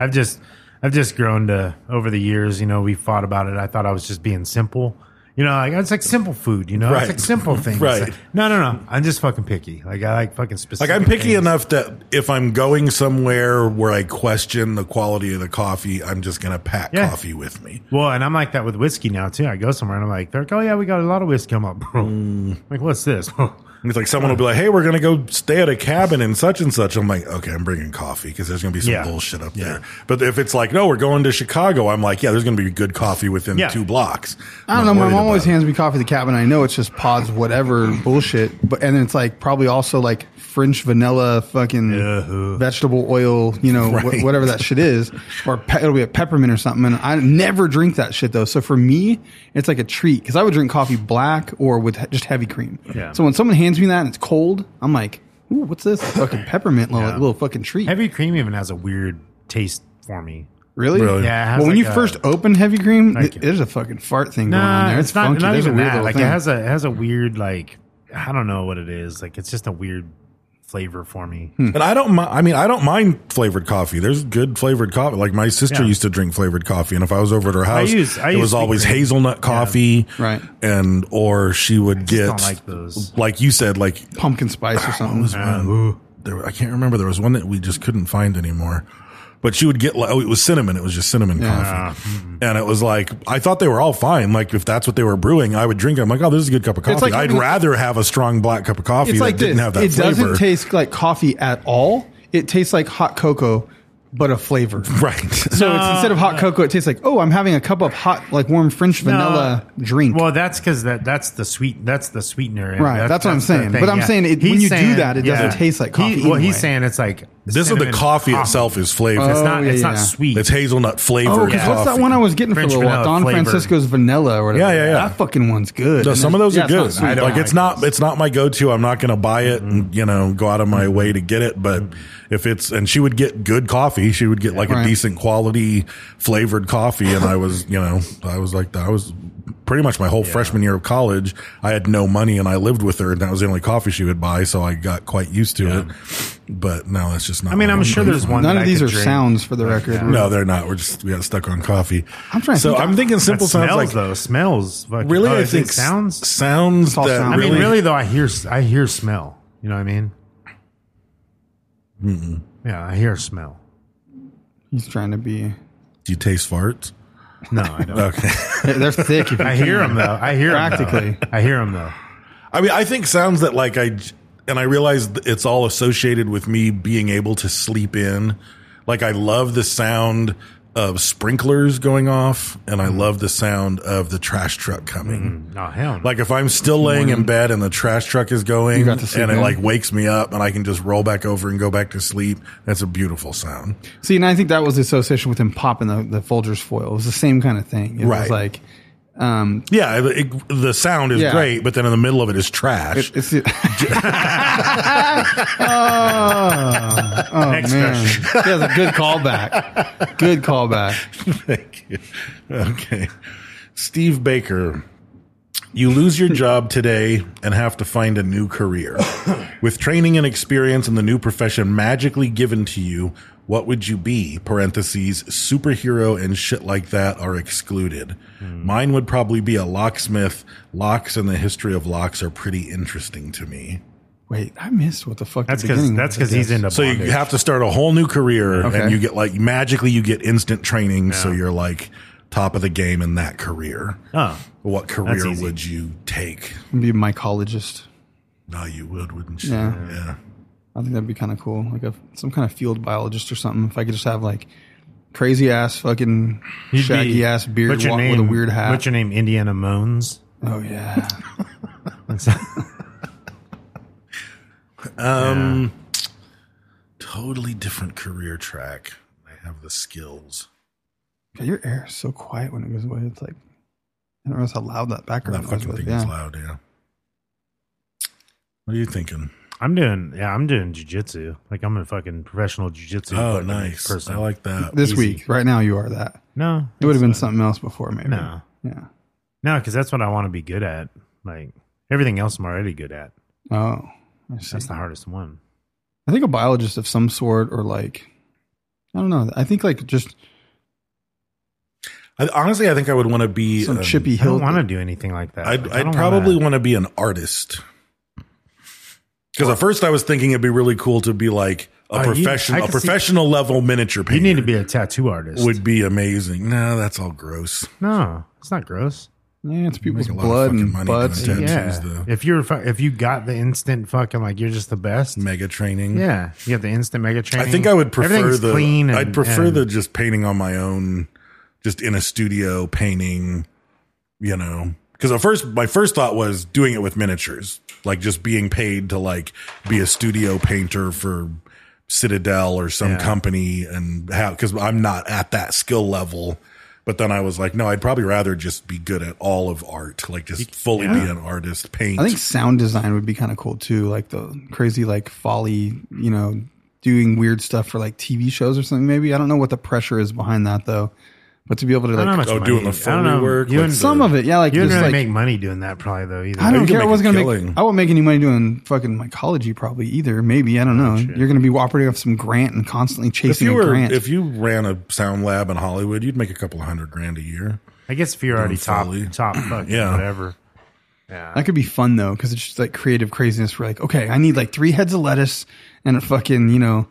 I've just I've just grown to over the years, you know, we fought about it. I thought I was just being simple. You know, like it's like simple food, you know? Right. It's like simple things. Right. It's like- no, no, no. I'm just fucking picky. Like I like fucking specific. Like I'm picky things. enough that if I'm going somewhere where I question the quality of the coffee, I'm just gonna pack Yeah. coffee with me. Well, and I'm like that with whiskey now too. I go somewhere and I'm like, they're like, oh yeah, we got a lot of whiskey come up, bro. Mm. Like, what's this? And It's like someone will be like, "Hey, we're gonna go stay at a cabin in such and such." I'm like, "Okay, I'm bringing coffee because there's gonna be some Yeah. bullshit up Yeah. there." But if it's like, "No, we're going to Chicago," I'm like, "Yeah, there's gonna be good coffee within Yeah. two blocks." I don't Not know. My worried mom about always it. hands me coffee at the cabin. I know it's just pods, whatever bullshit. But and it's like probably also like French vanilla, fucking vegetable oil, you know, wh- Right. whatever that shit is, or pe- it'll be a peppermint or something. And I never drink that shit though. So for me, it's like a treat because I would drink coffee black or with he- just heavy cream. Yeah. So when someone hands me that and it's cold, I'm like, ooh, what's this fucking peppermint little, Yeah. little fucking treat? Heavy cream even has a weird taste for me. Really? Really? Yeah, it has Well, when like you a- first open heavy cream, Thank th- you. there's a fucking fart thing going on Nah, there. It's, it's not, funky. not There's even a weird that. little Like thing. it has a it has a weird like I don't know what it is. Like it's just a weird flavor for me. And I don't. mi- I mean, I don't mind flavored coffee. There's good flavored coffee. Like my sister Yeah. used to drink flavored coffee, and if I was over at her house, use- I it use was sweet always cream. hazelnut coffee, Right. And or she would get don't like those. like you said, like pumpkin spice Ah, or something. Um, there, I can't remember. There was one that we just couldn't find anymore. But she would get like, oh, it was cinnamon. It was just cinnamon coffee. Mm-hmm. And it was like, I thought they were all fine. Like, if that's what they were brewing, I would drink it. I'm like, oh, this is a good cup of coffee. like I'd having- rather have a strong black cup of coffee it's that like didn't this. have that it flavor. doesn't taste like coffee at all. It tastes like hot cocoa, but a flavor. right. So it's instead of hot cocoa, it tastes like oh, I'm having a cup of hot, like warm French vanilla No. drink. Well, that's because that that's the sweet that's the sweetener. in it. Right, That- that's what I'm the saying. But I'm saying it- when He's you do that, it doesn't taste like He- coffee well, anyway. he's saying it's like this is the cinnamon coffee, itself is flavored. It's Oh, not. yeah, it's yeah. not sweet. It's hazelnut flavored oh, 'cause coffee. what's that one I was getting French for a little while? vanilla Don flavor. Francisco's vanilla or whatever. Yeah, yeah, yeah. That fucking one's good. No, And some of there's- those yeah, are it's not good. sweet. I don't like it's like not those. Mm-hmm. it's not my go to. I'm not going to buy it and you know go out of my way to get it. But if it's and she would get good coffee, she would get like a Right. decent quality flavored coffee. And I was you know I was like that. I was pretty much my whole freshman year of college. I had no money and I lived with her, and that was the only coffee she would buy. So I got quite used to it. But now that's just not. I mean, what I'm sure there's one. None that I of these could are drink. sounds for the record. No, they're not. We're just we got stuck on coffee. I'm trying to So think. I'm thinking That simple sounds smells like though. Smells fucking- really. oh, I is it think sounds. sounds all that sound. I mean, really really though, I hear I hear smell. You know what I mean? Yeah, I hear smell. He's trying to be. Do you taste farts? No, I don't. Okay. They're thick. If you I hear them though. I hear 'em, though. Practically. I hear them though. I mean, I think sounds that like I, and I realized th- it's all associated with me being able to sleep in. Like I love the sound of sprinklers going off, and I love the sound of the trash truck coming. No, hell. no. Like if I'm still laying in bed and the trash truck is going got to sleep and it in. like wakes me up and I can just roll back over and go back to sleep. That's a beautiful sound. See, and I think that was the association with him popping the, the Folgers foil. It was the same kind of thing. It Right. was like, um, Yeah, it, it- the sound is Yeah. great, but then in the middle of it is trash. it's the, Next Oh, man, question. that was a good callback. Good callback. Thank you. Okay. Steve Baker, you lose your job today and have to find a new career. With training and experience in the new profession magically given to you, what would you be? Parentheses, superhero and shit like that are excluded. Mine would probably be a locksmith. Locks and the history of locks are pretty interesting to me. Wait, I missed what the fuck. That's the because beginning that's was. because he's into So bondage. you have to start a whole new career Okay. and you get like magically you get instant training. So you're like top of the game in that career. Huh. What career easy. would you take? Be a mycologist. No, you would, wouldn't you? Yeah. yeah. I think that'd be kind of cool, like a some kind of field biologist or something. If I could just have like crazy ass fucking You'd shaggy be- ass beard, what's your walk name? with a weird hat. What's your name? Indiana Moans. oh yeah, um, Totally different career track. I have the skills. God, your air is so quiet when it goes away. It's like I don't realize how loud that That background noise fucking was. thing Yeah. is loud, yeah. What are you thinking? I'm doing yeah, I'm doing jujitsu. Like I'm a fucking professional jujitsu. Oh, fucking nice. Person. I like that. This Easy. week, right now, you are that. no, It would have been something else before, maybe. No. Yeah. no, because that's what I want to be good at. Like everything else, I'm already good at. Oh, I see. That's the hardest one. I think a biologist of some sort, or like, I don't know. I think like just I, honestly, I think I would want to be some um, Chippy I don't Hill. want to do anything like that. I'd, Like, I I'd don't probably wanna- want to be an artist. Because at first I was thinking it'd be really cool to be like a Oh, you- I professional, a could see- professional level miniature painter. You need to be a tattoo artist. would be amazing. No, that's all gross. no, it's not gross. Yeah, it's people's Make a lot of blood fucking and money butts. doing and- Tattoos, yeah, though. if you're fu- if you got the instant fucking like you're just the best. Mega training. Yeah, you have the instant mega training. I think I would prefer Everything's the. clean. And, I'd prefer and- the just painting on my own, just in a studio painting. You know, because at first my first thought was doing it with miniatures, like just being paid to like be a studio painter for Citadel or some Yeah. company, and how because I'm not at that skill level. But then I was like, no, I'd probably rather just be good at all of art, like just fully be an artist, paint. I think sound design would be kind of cool too, like the crazy like folly, you know, doing weird stuff for like TV shows or something. Maybe I don't know what the pressure is behind that though, but to be able to I don't know how like much Oh, money- doing the I don't Foley know. work, You like and- the- some of it, yeah, like you just wouldn't really like make money doing that, probably though. Either I don't You can care. I make was a gonna killing. make. I won't make any money doing fucking mycology probably either. Maybe I don't know. You're gonna be operating off some grant and constantly Oh, if chasing you a were grant. if you ran a sound lab in Hollywood, you'd make a couple of hundred grand a year. I guess if you're already top, Foley. top, fucking Yeah. whatever. That could be fun though, because it's just like creative craziness. We're like, okay, I need like three heads of lettuce and a fucking you know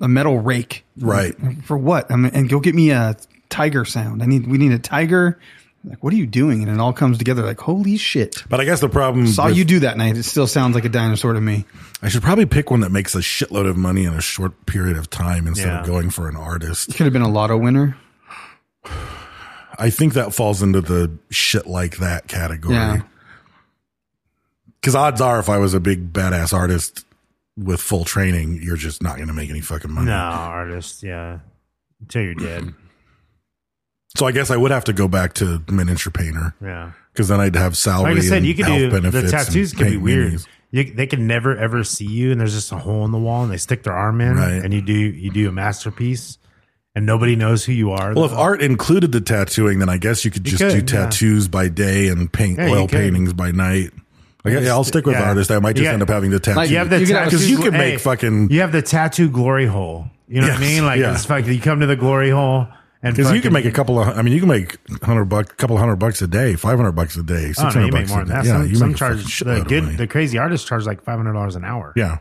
a metal rake, Right. For what? I mean, and go get me a tiger sound. I need we need a tiger. Like, what are you doing? And it all comes together. Like, holy shit! But I guess the problem Saw with- you do that night. It still sounds like a dinosaur to me. I should probably pick one that makes a shitload of money in a short period of time instead of Yeah. going for an artist. Could have been a lotto winner. I think that falls into the shit like that category. Yeah. Cause odds are if I was a big badass artist with full training, you're just not gonna make any fucking money. No, artist, yeah. Until you're dead. So I guess I would have to go back to miniature painter. Yeah. Cause then I'd have salary. Like I said, and you could health do the benefits and tattoos could be paint weird. minis. You, they can never ever see you, and there's just a hole in the wall, and they stick their arm in, Right. and you do you do a masterpiece, and nobody knows who you are. Well, if though. art included the tattooing, then I guess you could You just could, do yeah. tattoos by day and paint Yeah, you oil could. paintings by night. I guess, yeah, I'll stick with Yeah. artist. I might just Yeah. end up having the tattoo. Like, you have the You could have a tattoo, because you gl- can make hey, fucking you have the tattoo glory hole. You know what Yes, I mean? Like yeah. it's fucking you come to the glory hole, and because you fucking- can make a couple of. I mean, you can make hundred buck, couple hundred bucks a day, five hundred bucks a day, I six don't know, hundred you make bucks more a than day. that. Yeah, some you some make a fucking charge shitload the of good money. the crazy artists charge like five hundred dollars an hour. yeah,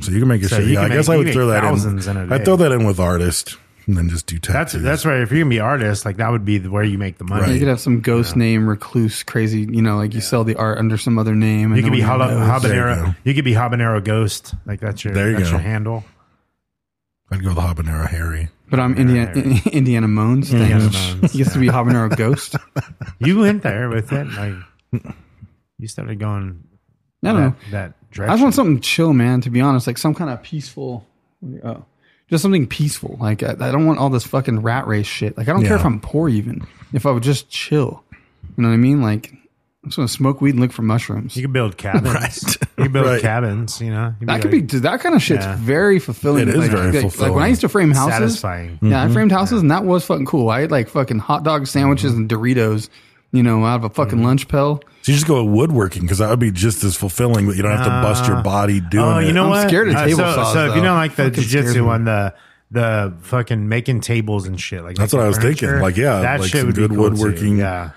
so you can make a So shit. you Yeah, I can guess make- I you would make throw that thousands in. in a I day. throw that in with artist. and then just do That's tattoos. that's right. If you're gonna be artist, like that would be the- where you make the money. Right. You could have some ghost name, recluse, crazy. You know, like you sell the art under some other name. And You could be nobody hala- knows. There you habanero. go. You, could be habanero ghost. Like that's your There you that's go. your handle. I'd go the habanero Harry. But I'm Indiana, Indiana Moans. Indiana Thanks. Moans, He gets to be habanero ghost. I You went there with it. Like you started going don't know. that, that direction. Hmm. I just want something chill, man. To be honest, like some kind of peaceful, oh, just something peaceful. Like I, I don't want all this fucking rat race shit. Like I don't care Yeah. if I'm poor, even if I would just chill. You know what I mean? Like I'm just gonna smoke weed and look for mushrooms. You could build cabins. Right. You could build Right. cabins. You know You'd that could like, be dude, that kind of shit's Yeah. very It fulfilling. is like, very like- fulfilling. Like when I used to frame houses, satisfying. Yeah, I framed houses, and that was fucking cool. I had like fucking hot dog sandwiches and Doritos, you know, out of a fucking lunch pail. So you just go woodworking because that would be just as fulfilling, but you don't have to bust your body doing Oh, you know it. I'm what? scared of Uh, table so, saws, So if you though. don't like the Fucking scares me. jujitsu one, the the fucking making tables and shit. Like That's what making I was thinking. furniture, Like, yeah, that like shit some would good be cool too. woodworking. Yeah,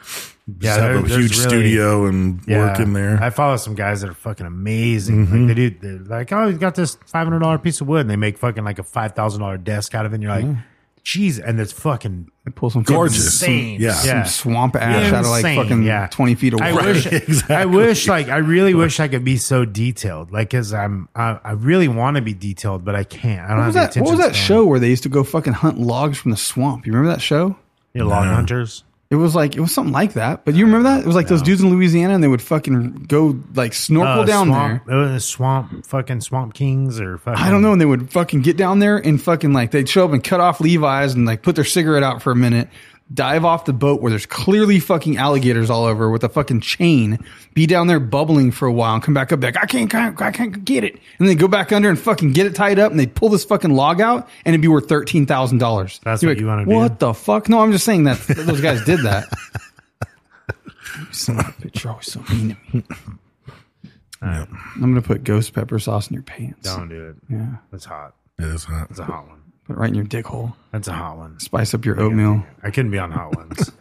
Just have a there- huge there's really- studio and work in there. Mm-hmm. I follow some guys that are fucking amazing. Like they do, they're like, oh, you got this five hundred dollar piece of wood, and they make fucking like a five thousand dollar desk out of it. And you're like, jeez, and it's fucking I pull some Gorgeous. insane. Yeah. yeah. some swamp ash out of like Insane, fucking yeah. twenty feet away. I wish, I wish, like, I really wish I could be so detailed, like, cause I'm, I, I really want to be detailed, but I can't. I don't What have was the that? attention. What was that span. show where they used to go fucking hunt logs from the swamp? You remember that show? You know, Log Hunters. It was like it was something like that. But you remember that? It was like those dudes in Louisiana, and they would fucking go like snorkel Uh, down swamp, there. It was swamp, fucking Swamp Kings or fucking. I don't know, and they would fucking get down there and fucking like they'd show up and cut off Levi's and like put their cigarette out for a minute, dive off the boat where there's clearly fucking alligators all over with a fucking chain, be down there bubbling for a while and come back up be like I can't, can't I can't get it, and then go back under and fucking get it tied up and they'd pull this fucking log out and it'd be worth thirteen thousand dollars. That's what you wanna do? What the fuck? No, I'm just saying that those guys did that. Son of a bitch, you're always so mean to me. I'm gonna put ghost pepper sauce in your pants. Don't do it. Yeah. That's hot. It is hot. That's a hot one. Put it right in your dick hole. That's a hot one. Spice up your oatmeal. I couldn't be on hot ones.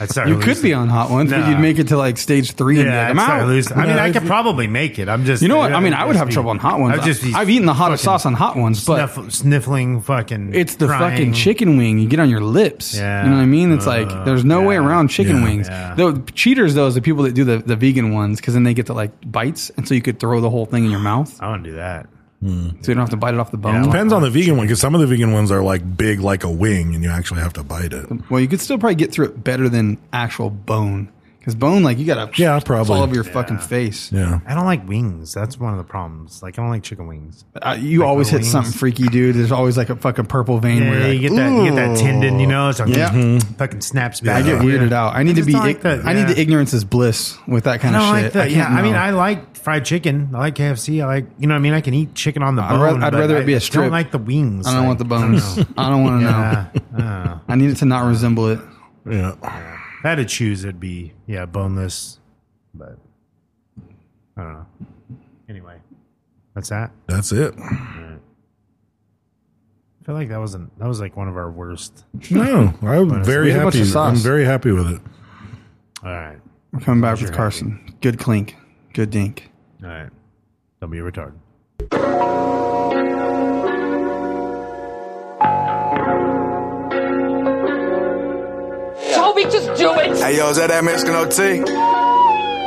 I'd start You could be losing- on hot ones, but Nah. you'd make it to like stage three. and be Yeah, like, I'd I'm start out. losing. I mean, No, I it's- could probably make it. I'm just. You know what? I'd I mean, I would just have be- trouble on hot ones. I'd just be I've eaten the hottest sauce on hot ones, but sniff- sniffling fucking. it's the crying. fucking chicken wing you get on your lips. Yeah. You know what I mean? It's Uh, like there's no way yeah. around chicken Yeah. wings. Yeah. Though cheaters though is the people that do the, the vegan ones because then they get to like bites, and so you could throw the whole thing in your mouth, so I wouldn't do that. you don't have to bite it off the bone. Depends on the vegan one because some of the vegan ones are like big, like a wing, and you actually have to bite it. Well, you could still probably get through it better than actual bone because bone, like you got to Yeah, probably. all over your fucking face. Yeah. I don't like wings. That's one of the problems. Like I don't like chicken wings. Uh, you Like always the hit wings. something freaky, dude. There's always like a fucking purple vein. Yeah, where you you get that, you get that tendon, you know, so Yeah. fucking snaps back. Mm-hmm. I get at you. weirded out. I need to just be. don't like ig- that, I need yeah. the ignorance is bliss with that I kind don't of shit. like that. I yeah, can't I mean, know. I like fried chicken. I like KFC. I like, you know, what I mean, I can eat chicken on the I'd bone. ra- I'd but rather I it be a strip. Don't like the wings. I don't Like, want the bones. know. I don't want to know. yeah, uh, I need it to not resemble it. Yeah. if I had to choose, it'd be yeah, boneless. But I don't know. Anyway, that's that. That's it. I feel like that wasn't that was like one of our worst. No, I'm very Here's a bunch happy. of I'm sauce. very happy with it. All right, We're coming back Sure. with Carson. Good clink. Good dink. all right. Don't be a retard. Toby, just do it. Hey, yo, is that that Mexican OT?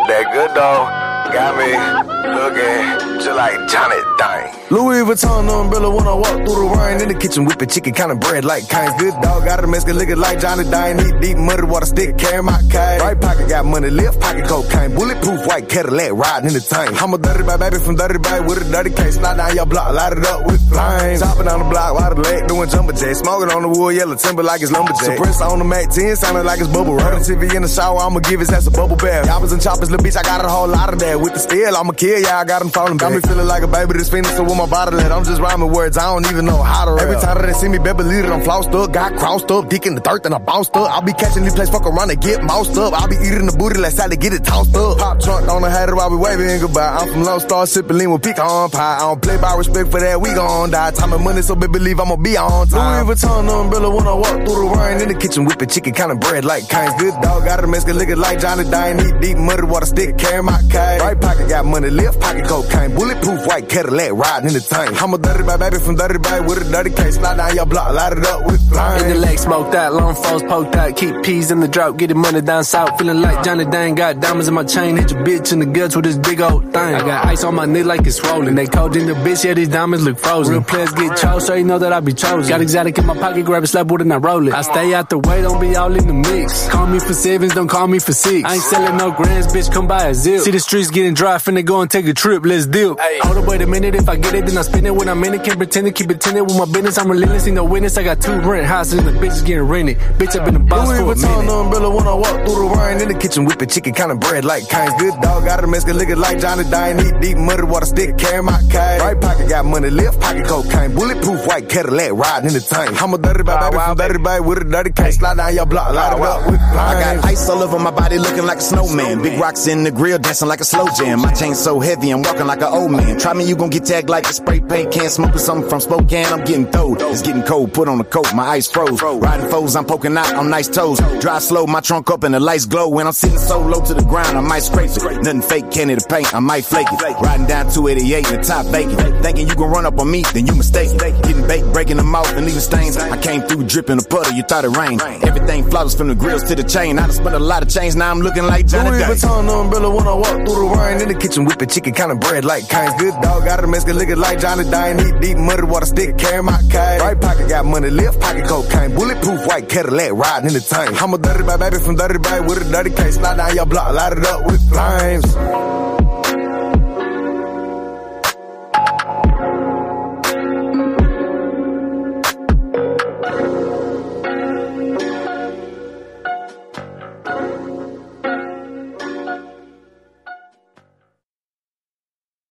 That good though. Got me looking just like Johnny Dang. Louis Vuitton umbrella when I walk through the rain. In the kitchen whipping chicken, kind of bread like kind. Good dog, out of the Mexican liquor like Johnny Dang. Deep, deep muddy water stick, carry my cane. Right pocket got money, left pocket cocaine. Bulletproof white Cadillac riding in the tank. I'm a dirty bag, baby from dirty bag with a dirty case. Slide down your block, light it up with flames. Topping on the block, wide the leg, doing jumbo jacks. Smoking on the wood, yellow timber like it's lumberjack. Suppressor on the Mac 10, sounding like it's bubble wrap. Put the TV in the shower, I'ma give his ass a bubble bath. Choppers and choppers, little bitch, I got a whole lot of that. With the steel, I'ma kill ya, I got him falling back. Got me feeling like a baby that's fiending, so with my bottle at, I'm just rhyming words, I don't even know how to rap. Every time that they see me, baby, leader, I'm flossed up. Got crossed up, dick in the dirt, then I bounced up. I'll be catching these plays, fuck around and get moused up. I'll be eating the booty like salad, get it tossed up. Pop trunk Dunked on the hater while we waving goodbye. I'm from Lone Star, sipping lean with pecan pie. I don't play by respect for that, we gon' die. Time and money, so baby, believe I'ma be on time. Louis Vuitton umbrella when I walk through the rain. In the kitchen, whipping chicken, kind of bread like Kynes. Good dog, got a Mexican liquor like Johnny Dine. Deep, deep, muddy water stick, carry my cane. Right pocket got money, left pocket cocaine. Bulletproof white Cadillac, riding in the tank. I'm a dirty bag, baby, from dirty bag with a dirty case. Slide down your block, light it up with flame. In the lake, smoke that, long foes poked out, keep peas in the drought, get the money down south. Feeling like Johnny Dane, got diamonds in my chain, hit your bitch in the guts with this big old thing. I got ice on my knee like it's swollen. They cold in the bitch, yeah, these diamonds look frozen. Real players get chose, so you know that I be chosen. Got exotic in my pocket, grab a slap wood and I roll it. I stay out the way, don't be all in the mix. Call me for sevens, don't call me for six. I ain't selling no grands, bitch, come buy a zip. See the streets getting dry, finna go and take a trip, let's deal. Hold up, wait a minute, if I get it, then I spend it when I'm in it. Can't pretend to keep it tented with my business, I'm relentless, ain't no witness. I got two rent houses, and the bitch is getting rented. Bitch, I've been the boss Louis for a Vuitton minute. umbrella when I walk through the rain in the kitchen whipping chicken kind of bread like Kynes. Good dog got a Mexican liquor like Johnny Dine. Deep deep muddy water stick carry my cane. Right pocket got money, left pocket cocaine. Bulletproof white Cadillac riding in the tank. I'm a dirty bag, baby, from dirty bag with a dirty cane. Slide down your block, light it up with I flame. got ice all over my body looking like a snowman. Big rocks in the grill dancing like a slow jam. My chain so heavy I'm walking like an old man. Try me, you gon' get tagged like a spray paint can. Smoking something from Spokane, I'm getting throwed. It's getting cold, put on a coat, my ice froze. Riding foes, I'm poking out on nice toes. Drive slow, my trunk up and the lights glow. When I'm sitting so low to the ground, I might scrape it. Nothing fake, candy to paint, I might flake it. Riding down 288 in the top bacon. Thinking you gon' run up on me, then you mistaken. Getting baked, breaking them out and leaving stains. I came through dripping a puddle, you thought it rained. Everything flawless from the grills to the chain. I done spent a lot of change, now I'm looking like Johnny Louis Day. Vuitton umbrella when I walk through the rain in the kitchen whipping chicken kind of bread like Kynes. Good dog got a Mexican liquor like Johnny Dine. Deep deep muddy water stick carry my cane. Right pocket got money, left pocket cocaine. Bulletproof white Cadillac riding in the tank. I'm a dirty bag, baby, from dirty bag with a dirty case. Slide down your block, light it up with flames.